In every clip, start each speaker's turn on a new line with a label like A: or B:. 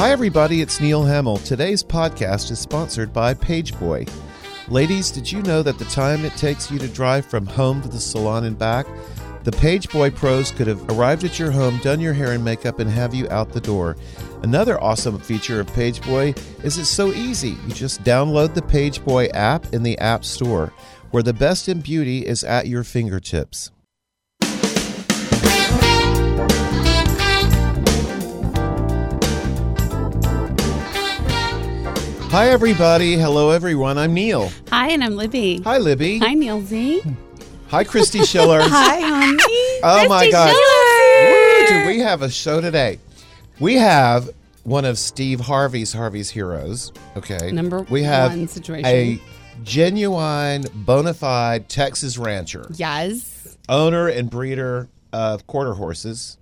A: Hi, everybody, it's Neil Hamill. Today's podcast is sponsored by Pageboy. Ladies, did you know that the time it takes you to drive from home to the salon and back? The Pageboy Pros could have arrived at your home, done your hair and makeup, and have you out the door. Another awesome feature of Pageboy is it's so easy. You just download the Pageboy app in the App Store, where the best in beauty is at your fingertips. Hi, everybody. Hello, everyone. I'm Neil.
B: Hi, and I'm Libby.
A: Hi, Libby.
B: Hi, Neil Z.
A: Hi, Christy Schiller.
C: Hi, homie.
A: Oh my
B: Christy
A: God!
B: Schiller.
A: Woo, do we have a show today? We have one of Steve Harvey's Harvey's heroes. Okay,
B: Number
A: we have
B: one situation.
A: a genuine, bona fide Texas rancher,
B: Yes.
A: owner and breeder of quarter horses,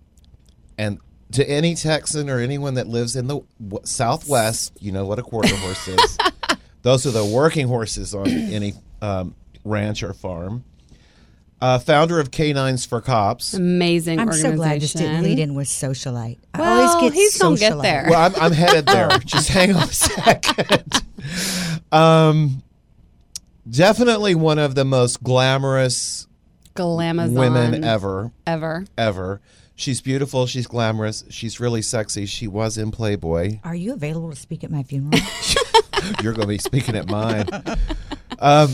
A: and to any Texan or anyone that lives in the w- Southwest, you know what a quarter horse is. Those are the working horses on any um, ranch or farm. Uh, founder of Canines for Cops.
B: Amazing
C: I'm so
B: organization.
C: glad I just didn't lead in with socialite. I
B: Well,
C: always get
B: he's gonna get
C: socialite.
B: there.
A: Well, I'm, I'm headed there. Just hang on a second. Um, definitely one of the most glamorous
B: Glamazon.
A: women ever,
B: Ever.
A: ever. She's beautiful. She's glamorous. She's really sexy. She was in Playboy.
C: Are you available to speak at my funeral?
A: You're going to be speaking at mine. Um,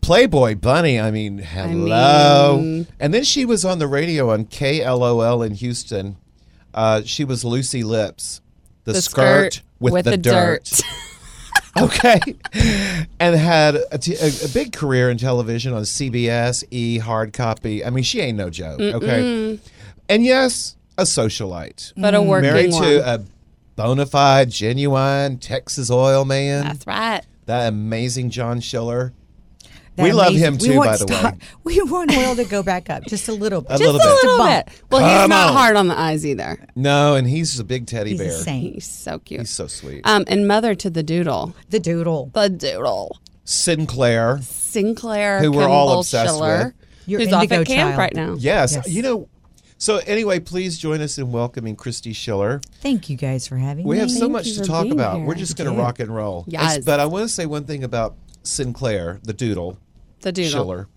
A: Playboy Bunny. I mean, hello.
B: mean-
A: And then she was on the radio on KLOL in Houston. Uh, she was Lucy Lips, the, skirt, with, the, dirt. okay, and had a, t- a, a big career in television on CBS, E, hard copy. I mean, she ain't no joke. Okay, and yes, a socialite,
B: But a
C: Mm.
B: working
A: married
B: one.
A: to a bona fide, genuine Texas oil man.
B: That's right.
A: that amazing John Schiller.
C: That
A: We love him
C: we
A: too,
C: want
A: by the way.
C: star- We want oil to go back up just a little bit.
A: A little bit.
B: Just a little
C: bump.
B: bit. Well, he's
A: Come
B: not
A: on.
B: hard on the eyes either.
A: No, and he's a big teddy
C: He's
A: bear.
C: a saint.
B: He's so cute.
A: He's so sweet.
B: um, and mother to the doodle.
C: The doodle.
B: The doodle.
A: Sinclair.
B: Sinclair.
A: Who we're
B: Kimball
A: all obsessed
B: Schiller,
A: with.
C: Your
B: who's off
C: indigo
B: at camp
C: child.
B: right now.
A: Yes.
C: Yes.
A: You know, so anyway, please join us in welcoming Christy Schiller.
C: Thank you guys for having
A: We
C: me.
A: have so
B: Thank
A: much
B: you
A: to
B: for
A: talk
B: being
A: about.
B: here.
A: We're just going to
C: Yeah.
A: rock and roll.
B: Yes.
A: It's- But I want to say one thing about Sinclair, the doodle,
B: The doodle.
A: Schiller.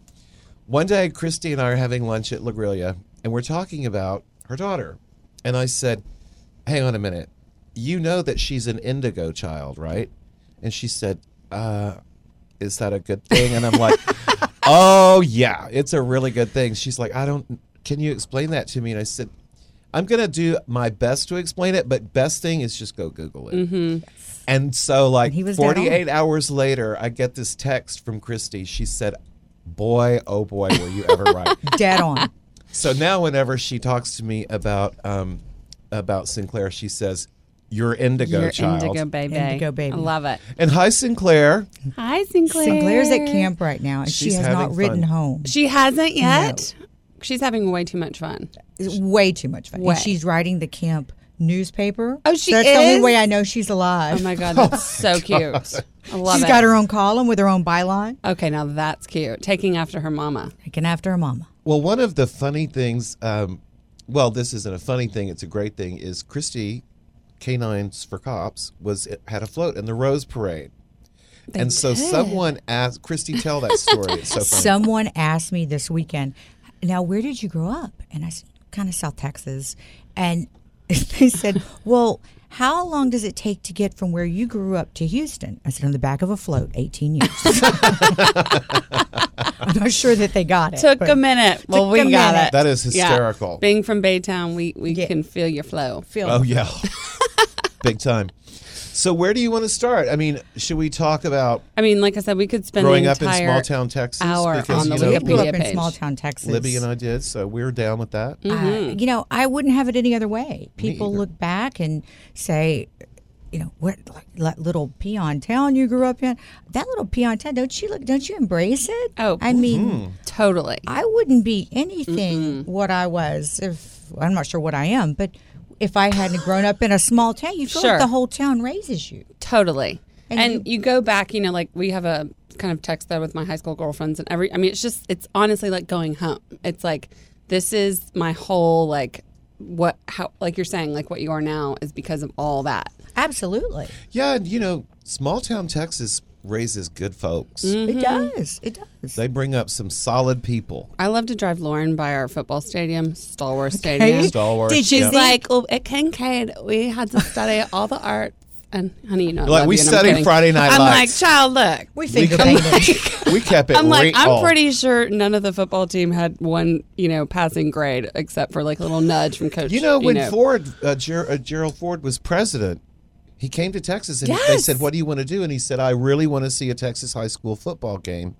A: One day, Christy and I are having lunch at La Grilla, and we're talking about her daughter. And I said, Hang on a minute. You know that she's an indigo child, right? And she said, uh, Is that a good thing? And I'm like, Oh, yeah, it's a really good thing. She's like, I don't, can you explain that to me? And I said, I'm going to do my best to explain it, but best thing is just go Google it. And so, like,
C: he was dead on.
A: 48 hours later, I get this text from Christy. She said, Boy, oh boy, were you ever right.
C: Dead on.
A: so now, whenever she talks to me about, um, about Sinclair, she says, You're indigo
B: Your
A: child.
B: indigo baby.
C: Indigo baby.
B: I love it.
A: And hi, Sinclair.
B: Hi, Sinclair.
C: Sinclair's at camp right now, and
A: She's
C: she has
A: having
C: not ridden
A: fun.
C: home.
B: She hasn't yet. She's having way too much fun.
C: It's way too much fun.
B: Way.
C: And she's writing the camp newspaper.
B: Oh, she
C: That's the only
B: is?
C: way I know she's alive.
B: Oh my god, that's so cute. I love
C: she's
B: it.
C: got her own column with her own byline.
B: okay, now that's cute. Taking after her mama.
C: Taking after her mama.
A: Well, one of the funny things, um, well, this isn't a funny thing; it's a great thing. Is Christy, Canines for Cops, was had a float in the Rose Parade, and so someone asked Christy tell that story. It's so funny.
C: Someone asked me this weekend, now where did you grow up? And I said, kind of South Texas. And they said, well, how long does it take to get from where you grew up to Houston? I said, on the back of a float, 18 years. I'm not sure that they got it.
B: Took
C: but
B: a minute. Well,
C: Took
B: we
C: a
B: got
C: minute.
B: it.
A: that is
B: Yeah.
A: hysterical.
B: Being from Baytown, we, we
C: Yeah.
B: can feel your flow.
C: Phil,
A: Oh yeah, big time. So where do you want to start? I mean, should we talk about
B: I mean, like I said, we could spend
A: growing
B: the
A: up in
B: entire
A: small town Texas?
B: hour on the
A: you
C: we
A: know,
B: Wikipedia
C: grew up in
B: page.
C: small town Texas.
A: Libby and I did, so we're down with that.
B: Mm.
C: Uh,
B: Mm-hmm.
C: you know, I wouldn't have it any other way. People look back and say, you know, what like, that little peon town you grew up in? That little peon town, don't you look? Don't you embrace it?
B: Oh,
C: I mean,
B: Totally.
C: I wouldn't be anything what I was if I'm not sure what I am, but if I hadn't grown up in a small town, you feel
B: Sure.
C: like the whole town raises you.
B: Totally. And,
C: And
B: you, go back, you know, like we have a kind of text thread with my high school girlfriends and every I mean, it's just it's honestly like going home. It's like this is my whole like what how like you're saying like what you are now is because of all that.
C: Absolutely.
A: Yeah, and you know, small town Texas raises good folks.
B: Mm. Mm-hmm.
C: It does. It does.
A: They bring up some solid people.
B: I love to drive Lauren by our football stadium, Stalwart Stadium.
A: Stalwart,
C: Did you
B: She's
A: yeah.
C: see-
B: like, oh, at Kincaid, we had to study all the arts. And honey, you know, I
A: Like,
B: love
A: we
B: you and I'm
A: studied
B: kidding.
A: Friday Night
B: I'm
A: Lights.
B: like, child, look.
C: we
A: We
C: figured
A: kept,
C: it out.
A: we kept it
B: I'm
A: right
B: like, I'm
A: on.
B: pretty sure none of the football team had one, you know, passing grade except for like a little nudge from coach.
A: You know, when Ford, uh, Ger- uh, Gerald Ford was president, he came to Texas and they
C: Yes.
A: said, What do you want to do? And he said, I really want to see a Texas high school football game.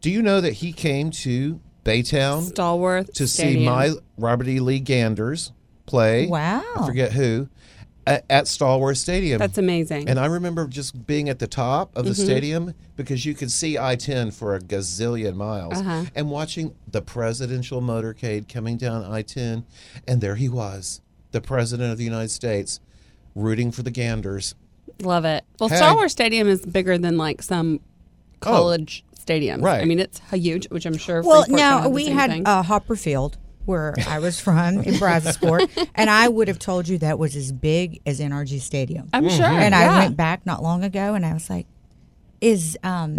A: Do you know that he came to Baytown
B: Stallworth
A: to see
B: Stadium.
A: my Robert E. Lee Ganders play?
C: Wow.
A: I forget who, at, at Stallworth Stadium.
B: That's amazing.
A: And I remember just being at the top of the
B: Mm-hmm.
A: stadium because you could see I 10 for a gazillion miles
B: Uh-huh.
A: and watching the presidential motorcade coming down I 10. And there he was, the president of the United States, rooting for the Ganders.
B: Love it. Well,
A: Hey. Oh.
B: Star Wars Stadium is bigger than like some college stadium.
A: right.
B: I mean, it's huge, which I'm sure.
C: Well,
B: Freeport kinda
C: now
B: had the
C: we
B: same
C: had
B: thing.
C: uh, Hopperfield, where I was from in Brazosport, and I would have told you that was as big as NRG Stadium.
B: I'm sure.
A: Mm-hmm.
C: and
B: yeah.
C: I went back not long ago, and I was like, "Is um,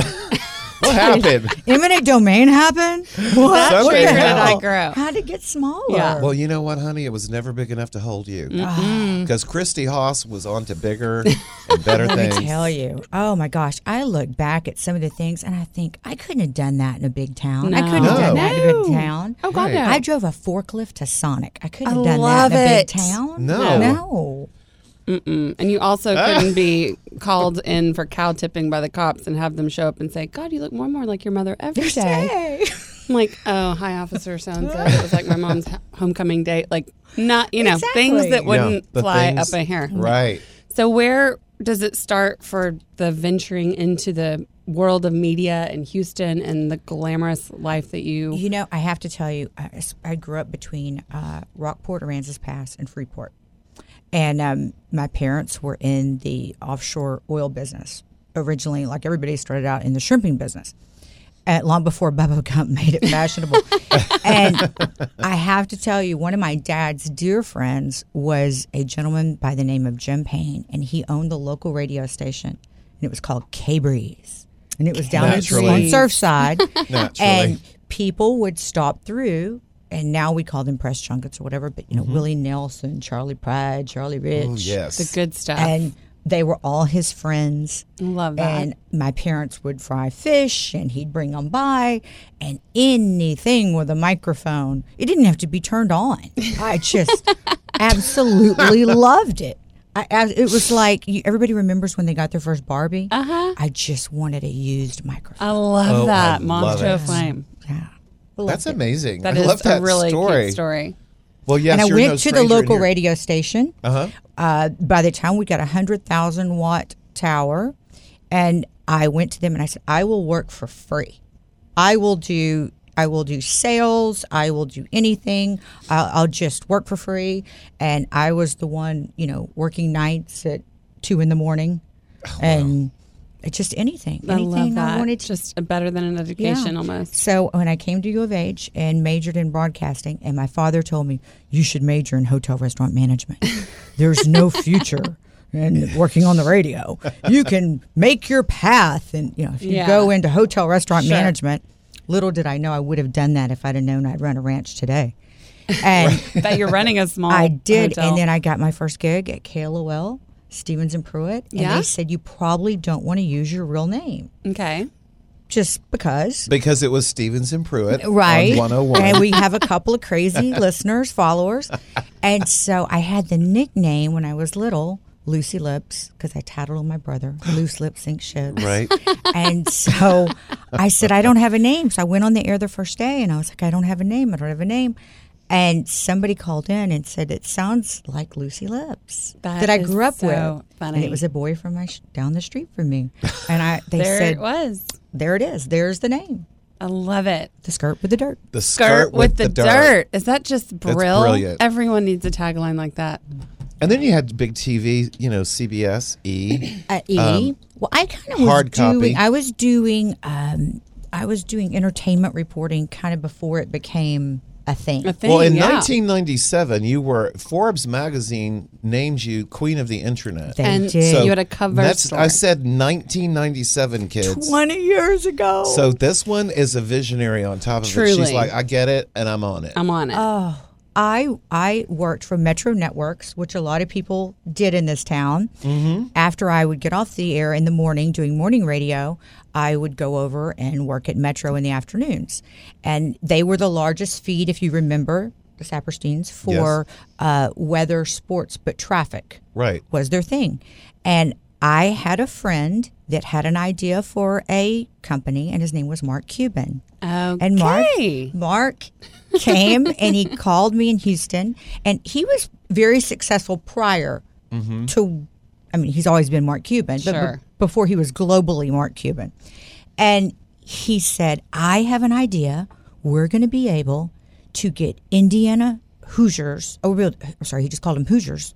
A: What happened?
C: eminent domain happen? What?
A: That's
C: what
A: where
C: the
A: did I
C: hell?
B: grow.
C: How'd it get smaller?
B: Yeah.
A: well, you know what, honey? It was never big enough to hold you.
C: Ah.
A: Because Christy Haas was on to bigger and better
C: Let
A: things.
C: me tell you. Oh my gosh, I look back at some of the things, and I think I couldn't have done that in a big town. I couldn't have
A: No.
C: done that in a big town.
B: Oh God,
A: Right.
B: no.
C: I drove a forklift to Sonic. I couldn't I have done love that in a big it. town.
A: No.
C: No.
B: and you also
A: Ah.
B: couldn't be called in for cow tipping by the cops and have them show up and say, "God, you look more and more like your mother every day." I'm like, "Oh, hi, officer so and so." It was like my mom's h- homecoming date. Like, not you know things
C: Exactly.
B: that
C: Yeah,
B: wouldn't
A: the
B: fly
A: things-
B: up in here.
A: Right.
B: So where does it start for the venturing into the world of media in Houston and the glamorous life that you?
C: You know, I have to tell you, I, I grew up between uh, Rockport, Aransas Pass, and Freeport. And um, my parents were in the offshore oil business originally, like everybody started out in the shrimping business. uh long before Bubba Gump made it fashionable. and I have to tell you, one of my dad's dear friends was a gentleman by the name of Jim Payne, and he owned the local radio station, and it was called K Breeze. And it was down in-
A: Naturally.
C: on Surfside.
A: Naturally.
C: and people would stop through and now we call them press junkets or whatever but you know willie nelson charlie pride charlie rich
A: Mm-hmm. oh, yes.
B: The good stuff.
C: and they were all his friends
B: Love that.
C: and my parents would fry fish and he'd bring them by and anything with a microphone it didn't have to be turned on i just absolutely loved it I, I, it was like you, everybody remembers when they got their first barbie uh-huh. i just wanted a used microphone
B: I love
A: Oh,
B: that.
A: I love
B: Monster
A: it.
B: of Flame.
C: yeah
A: That's amazing.
B: That
A: I
B: is
A: love that
B: a really
A: story.
B: cute story.
A: Well, yes,
C: and I
A: you're
C: went
A: no
C: to the
A: stranger in
C: local
A: your-
C: radio station.
A: Uh-huh.
C: Uh, by the time we got a hundred thousand watt tower, and I went to them and I said, "I will work for free. I will do." I will do sales. I will do anything. I'll, I'll just work for free. And I was the one, you know, working nights at two in the morning, and just anything.
B: I
C: anything
B: love that.
C: I wanted to
B: Just better than an education almost.
C: so when I came to U of H and majored in broadcasting, and my father told me you should major in hotel restaurant management. There's no future in working on the radio. You can make your path, and you know if you
B: Yeah.
C: go into hotel restaurant
B: Sure.
C: management. Little did I know I would have done that if I'd have known I'd run a ranch today. And
B: that you're running a small.
C: I did,
B: Oh, hotel.
C: and then I got my first gig at KLOL Stevens and Pruitt, and
B: Yeah?
C: they said you probably don't want to use your real name
B: okay.
C: just because.
A: Because it was Stevens and Pruitt.
C: right
A: On 101.
C: and we have a couple of crazy listeners followers and so i had the nickname when i was little lucy lips because i titled my brother loose lips sink ships
A: right.
C: and so i said i don't have a name so i went on the air the first day and i was like i don't have a name i don't have a name and somebody called in and said it sounds like lucy lips
B: That
C: i
B: is
C: grew up
B: so
C: with and
B: funny.
C: it was a boy from my sh- down the street from me and i they
B: There
C: said
B: it was.
C: there it is there's the name
B: I love it.
C: the skirt with the dirt
A: The skirt,
B: Skirt with, the, dirt. Is that just brill?
A: brilliant.
B: Everyone needs a tagline like that.
A: And then you had big TV, you know, CBS, E.
C: uh, E. well, I kind of was
A: hard copy.
C: doing. I was doing. Um, I was doing entertainment reporting kind of before it became a thing.
B: A thing,
A: well, in
B: yeah.
A: 1997, you were Forbes magazine named you Queen of the Internet.
C: They
B: And
C: did.
B: So- you had a cover
A: that's- I
B: story.
A: said 1997, kids.
C: 20 years ago.
A: So this one is a visionary on top of it. She's
B: Truly.
A: like, I get it, and I'm on it.
B: I'm on it.
C: Oh, I I worked for Metro Networks, which a lot of people did in this town. Mm-hmm. After I would get off the air in the morning doing morning radio, I would go over and work at Metro in the afternoons, and they were the largest feed, if you remember, the Sapersteins for uh, weather, sports, but traffic
A: right.
C: was their thing. And I had a friend that had an idea for a company, and his name was Mark Cuban.
B: okay.
C: And Mark, Mark came and he called me in Houston, and he was very successful prior to. I mean, he's always been Mark Cuban, but
B: Sure.
C: be- before he was globally Mark Cuban, and he said, "I have an idea. We're going to be able to get Indiana Hoosiers. Oh, real, sorry, he just called them Hoosiers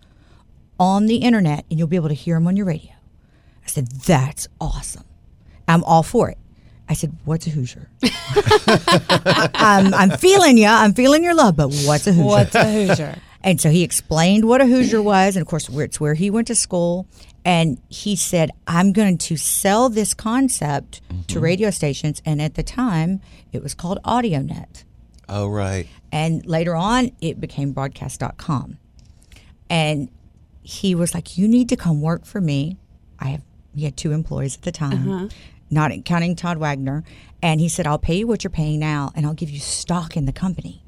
C: on the internet, and you'll be able to hear them on your radio." I said, "That's awesome. I'm all for it." I said, "What's a Hoosier?" I'm, I'm feeling you. I'm feeling your love, but what's a Hoosier?
B: What's a Hoosier?
C: And so he explained what a Hoosier was. And of course, where- it's where he went to school. And he said, I'm going to sell this concept to radio stations. And at the time, it was called AudioNet.
A: Oh, right.
C: And later on, it became broadcast.com. And he was like, You need to come work for me. I have, he had two employees at the time, not counting Todd Wagner. And he said, I'll pay you what you're paying now, and I'll give you stock in the company.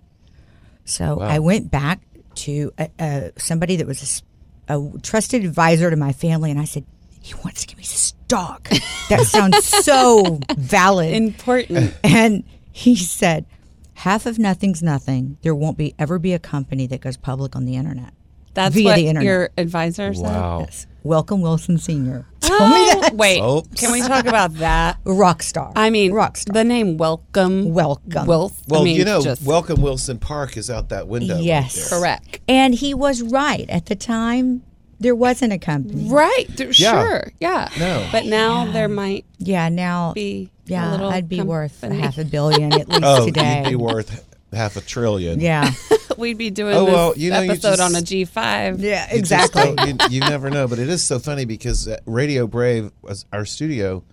C: So I went back to uh uh somebody that was a s- a, trusted advisor to my family, and I said, He wants to give me stock. that sounds so valid.
B: Important.
C: And he said, half of nothing's nothing. There won't be ever be a company that goes public on the internet.
B: That's
C: Via
B: what
C: the internet.
B: your advisor said.
A: Wow.
C: Yes. Welcome Wilson Sr.
B: Oh, Wait,
A: Oops.
B: can we talk about that?
C: Rock star.
B: I mean,
C: rock star.
B: the name Welcome.
C: Welcome.
B: Wealth.
A: Well,
B: I mean,
A: you know,
B: just
A: Welcome Wilson Park is out that window. right
C: Yes.
A: there.
B: correct.
C: and he was right. At the time, there wasn't a company.
B: Right. th-
A: Yeah.
B: Sure. Yeah.
A: No.
B: But now there might
C: Yeah, now.
B: be a
C: yeah,
B: little
C: I'd be worth a
B: company.
C: half a billion at least
A: Oh,
C: today.
A: you'd be worth half a trillion.
C: yeah.
B: We'd be doing
A: Oh,
B: this
A: well, you know, you
B: episode
A: just-
B: on a G five.
C: Yeah,
A: You just
C: exactly.
A: don't- you, you never know, but it is so funny because at Radio Brave, was our studio,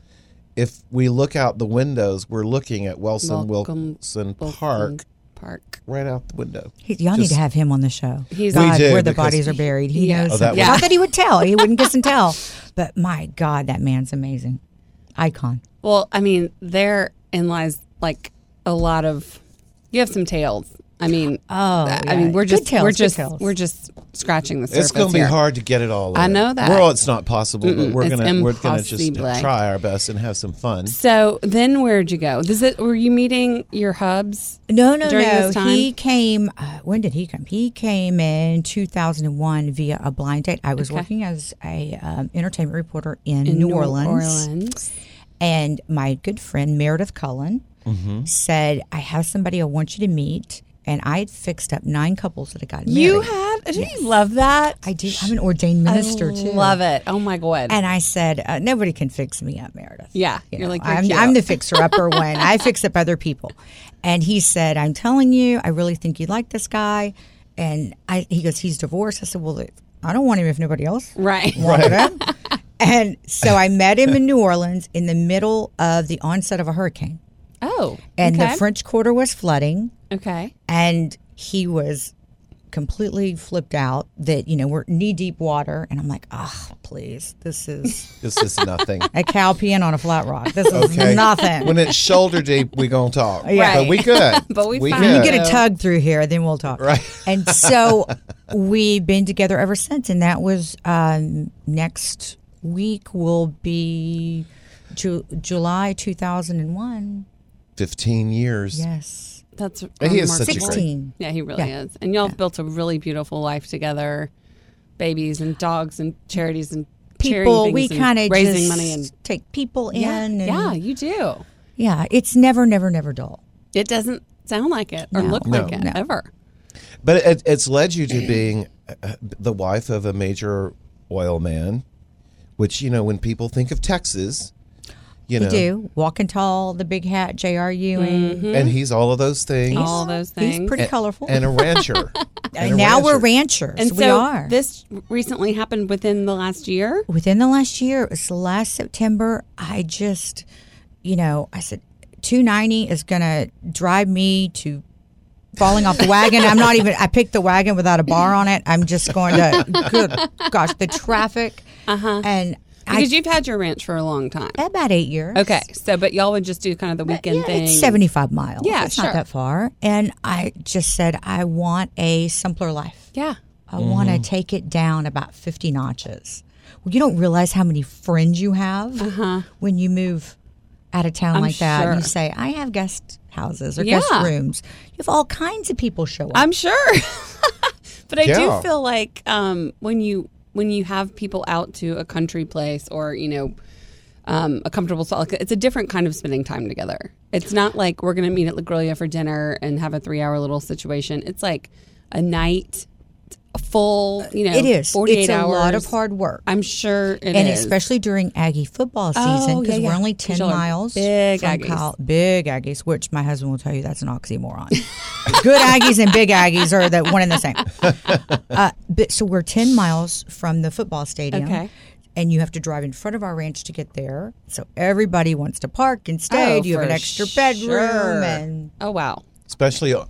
A: if we look out the windows, we're looking at Wilson
B: Welcome-
A: Wilson Park
B: Park.
A: right out the window.
C: He- Y'all need
A: Just-
C: to have him on the show.
B: He's- We
C: God,
A: do,
C: where the
A: because-
C: bodies are buried. He
B: Yeah.
C: knows.
B: Oh,
A: that
C: it.
A: would-
C: Not that he would tell. He wouldn't kiss and tell. But my God, that man's amazing. Icon.
B: Well, I mean, therein lies like a lot of you have some tails. I mean
C: Oh,
B: I
C: yeah.
B: mean we're
C: Good
B: just
C: tails,
B: we're
C: good
B: just
C: tails.
B: we're just scratching the surface.
A: It's going to be
B: here.
A: hard to get it all.
B: I
A: in.
B: know that.
A: Well, it's not possible, but we're
B: it's
A: going to we're going to just
B: impossible.
A: try our best and have some fun.
B: So then where'd you go? Does it were you meeting your hubs?
C: No, no,
B: during
C: no.
B: this time?
C: He came. Uh, when did he come? He came in 2001 via a blind date. I was
B: Okay.
C: working as a um, entertainment reporter in,
B: in
C: New, Orleans,
B: Orleans.
C: and my good friend Meredith Cullen said, "I have somebody I want you to meet." And I had fixed up nine couples that had gotten married.
B: You had? Did you love that?
C: I do. I'm an ordained minister too.
B: Love it. Oh my god.
C: And I said, uh, nobody can fix me up, Meredith.
B: Yeah,
C: You
B: you're
C: know,
B: like, you're
C: I'm,
B: cute.
C: I'm the fixer upper when I fix up other people. And he said, I'm telling you, I really think you like this guy. And I, he goes, he's divorced. I said, well, I don't want him if nobody else
B: right.
C: wanted him. and so I met him in New Orleans in the middle of the onset of a hurricane.
B: Oh.
C: And
B: okay.
C: the French Quarter was flooding
B: Okay.
C: and he was completely flipped out that you know we're knee deep water and i'm like ah please this is
A: This is nothing.
C: a cow peeing on a flat rock this is
A: Okay.
C: nothing
A: When it's shoulder deep, we gonna talk.
B: Yeah.
A: But we good.
B: But we
A: good.
B: found
C: you
B: Yeah.
C: get a tug through here then we'll talk
A: uh, Right.
C: and so we've been together ever since and that was um, next week will be Ju- july 2001
A: Fifteen years.
C: yes
B: That's
A: He is such a
B: remarkable.
A: great-
C: 16
B: Yeah, he really
C: Yeah.
B: is. And y'all have built a really beautiful life together. Babies and dogs and charities and charity
C: people
B: things
C: we
B: and
C: kind of
B: raising money and
C: take people in
B: yeah,
C: and
B: yeah, you do.
C: Yeah, it's never, never, never dull.
B: It doesn't sound like it or
C: No.
B: look
A: No.
B: like it
C: No.
B: ever.
A: But it, it's led you to being uh, the wife of a major oil man, which you know when people think of Texas, You
C: They
A: know,
C: do. Walking tall, the big hat, J.R. Ewing.
A: and he's all of those things,
B: Mm-hmm. all those things.
C: He's pretty
A: and,
C: colorful.
A: and a rancher. and a
C: now we're
A: rancher.
C: ranchers.
B: and
C: we
B: so
C: are.
B: this recently happened within the last year.
C: within the last year, it was last September. I just, you know, I said, 290 is going to drive me to falling off the wagon. I'm not even, I picked the wagon without a bar on it. I'm just going to, good gosh, the traffic. Uh-huh. And I,
B: Because you've had your ranch for a long time.
C: about eight years.
B: Okay. So, but y'all would just do kind of the weekend
C: Yeah,
B: thing.
C: It's 75 miles.
B: Yeah,
C: it's
B: sure.
C: not that far. And I just said, I want a simpler life.
B: Yeah.
C: I want
B: Mm-hmm.
C: to take it down about 50 notches. Well, you don't realize how many friends you have when you move out of town
B: Uh-huh. I'm
C: like that.
B: sure.
C: You say, I have guest houses or
B: Yeah.
C: guest rooms. You have all kinds of people show up.
B: I'm sure. but I
A: Yeah.
B: do feel like um, when you when you have people out to a country place or you know um, a comfortable spot, like, it's a different kind of spending time together. It's not like we're going to meet at La Grilla for dinner and have a three hour little situation. It's like a night, a full you know,
C: it is.
B: forty eight
C: it's a
B: hours.
C: lot of hard work.
B: I'm sure it
C: and
B: is. Oh,
C: especially during Aggie football season, because
B: yeah,
C: we're
B: yeah.
C: only
B: 'Cause
C: 10
B: y'all are
C: miles
B: big
C: from
B: Aggies.
C: Cal- big Aggies, which my husband will tell you that's an oxymoron. Good Aggies and big Aggies are the one and the same. Uh, but, so we're 10 miles from the football stadium.
B: Okay.
C: And you have to drive in front of our ranch to get there. So everybody wants to park and stay.
B: Oh,
C: you have an
B: for
C: extra bedroom.
B: sure.
C: And
B: oh wow.
A: especially o-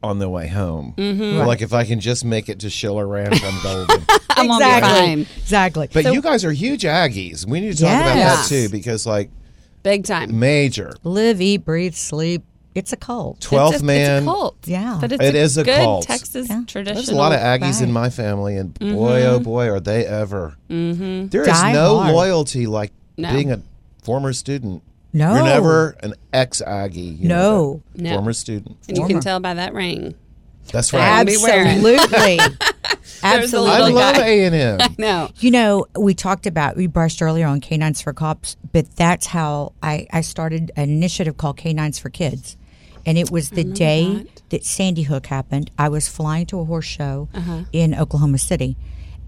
A: on the way home. Like if I can just make it to Schiller Ranch, I'm golden.
B: I'm on the
C: exactly.
B: time.
C: Exactly.
A: But you guys are huge Aggies. We need to talk about that
C: Yes.
A: too, because like
B: Big
A: Mm,
B: time.
A: major
C: live, eat, breathe, sleep. It's a cult.
A: twelfth
B: it's a,
A: man.
B: It's a cult.
C: Yeah.
B: But it's
A: It
B: a
A: is a
B: good
A: cult.
B: Texas tradition.
A: There's a lot of Aggies in
C: vibe.
A: my family, and boy, oh boy, are they ever. Mm-hmm. is
C: Die
A: no
C: hard.
A: loyalty like
B: No.
A: being a former student.
C: No.
A: You're never an ex Aggie. you know that.
B: No. No.
A: Former student.
B: And you
C: Former.
B: can tell by that ring.
A: That's right.
B: Ab- be wearing.
C: Absolutely. Absolutely.
A: I
B: little
A: love
B: guy.
A: A&M.
B: No.
C: You know, we talked about, we brushed earlier on Canines for Cops, but that's how I, I started an initiative called Canines for Kids. And it was the day that. Sandy Hook happened. I was flying to a horse show in Oklahoma City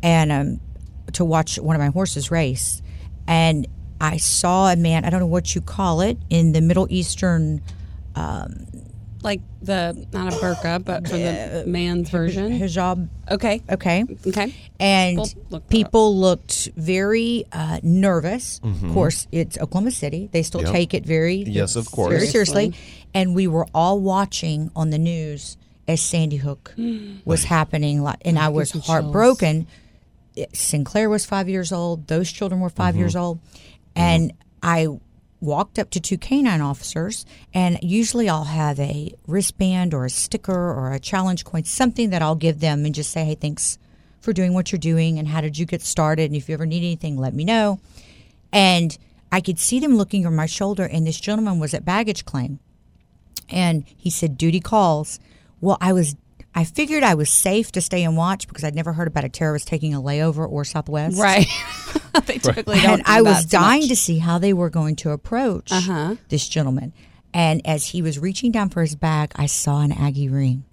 C: and um, to watch one of my horses race. And I saw a man, I don't know what you call it, in the Middle Eastern,
B: Like the not a burqa, but for the man's version.
C: hijab,
B: Okay.
C: okay?
B: Okay.
C: and
B: People looked
C: people looked very uh, nervous. Of course, it's Oklahoma City; they still
A: Yep.
C: take it very
A: Yes, of course.
C: very seriously. And we were all watching on the news as Sandy Hook was happening, like- and I was heartbroken. It- Sinclair was five years old; those children were
A: Mm-hmm.
C: 5 years old, and I walked up to two canine officers and usually I'll have a wristband or a sticker or a challenge coin something that I'll give them and just say hey thanks for doing what you're doing and how did you get started and if you ever need anything let me know and I could see them looking over my shoulder and this gentleman was at baggage claim and he said duty calls well I was I figured I was safe to stay and watch because I'd never heard about a terrorist taking a layover or Southwest
B: Right. they typically don't. do
C: and I was
B: that so much. Uh-huh.
C: dying to see how they were going to approach this gentleman. And as he was reaching down for his bag, I saw an Aggie ring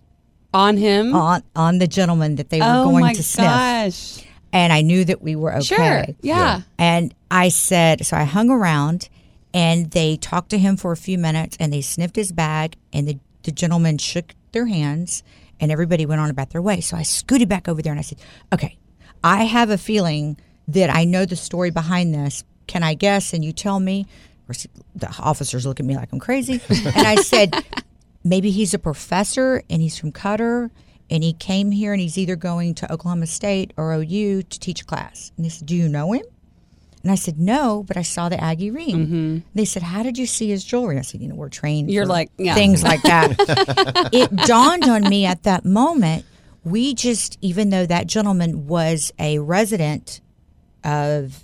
B: on him.
C: on on the gentleman that they were
B: oh
C: going
B: my
C: to sniff,
B: gosh.
C: and I knew that we were okay.
B: Sure. Yeah.
C: And I said, so I hung around, and they talked to him for a few minutes, and they sniffed his bag, and the the gentleman shook their hands, and everybody went on about their way. So I scooted back over there, and I said, okay, I have a feeling that I know the story behind this. Can I guess? And you tell me. Of course, The officers look at me like I'm crazy, and I said, maybe he's a professor and he's from Qatar and he came here and he's either going to Oklahoma State or OU to teach a class. And they said, Do you know him? And I said, No, but I saw the Aggie ring. They said, How did you see his jewelry? I said, You know, we're trained.
B: Mm-hmm. You're
C: for
B: like, yeah.
C: Things like that. it dawned on me at that moment. We just, even though that gentleman was a resident of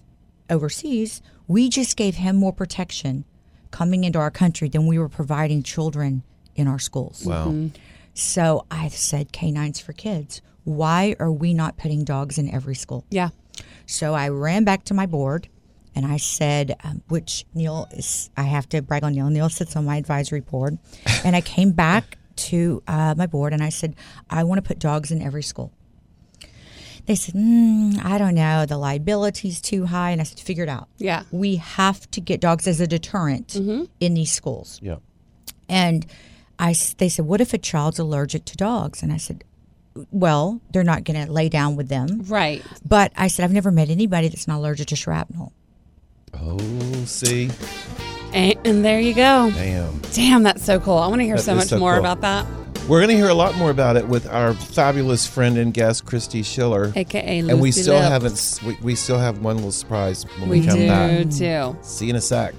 C: overseas, we just gave him more protection coming into our country than we were providing children in our schools.
A: Wow.
B: Mm-hmm.
C: So I said, canines for kids. Why are we not putting dogs in every school?
B: Yeah.
C: So I ran back to my board and I said, um, which Neil is, I have to brag on Neil. Neil sits on my advisory board. And I came back to uh, my board and I said, I want to put dogs in every school. They said, mm, I don't know, the liability's too high. And I said, figure it out.
B: Yeah.
C: We have to get dogs as a deterrent in these schools.
A: Yeah.
C: And I, s- they said, what if a child's allergic to dogs? And I said, well, they're not going to lay down with them.
B: Right.
C: But I said, I've never met anybody that's not allergic to shrapnel.
A: Oh, see,
B: And, and there you go.
A: damn.
B: Damn, that's so cool. I want to hear
A: That
B: so
A: is
B: much
A: so
B: more
A: cool.
B: about that.
A: We're going to hear a lot more about it with our fabulous friend and guest, Christy Schiller.
B: AKA
A: and we
B: Lucy
A: still
B: Lip.
A: haven't. s- We, we still have one little surprise when we,
B: We
A: come
B: do
A: back.
B: too.
A: See you in a sec.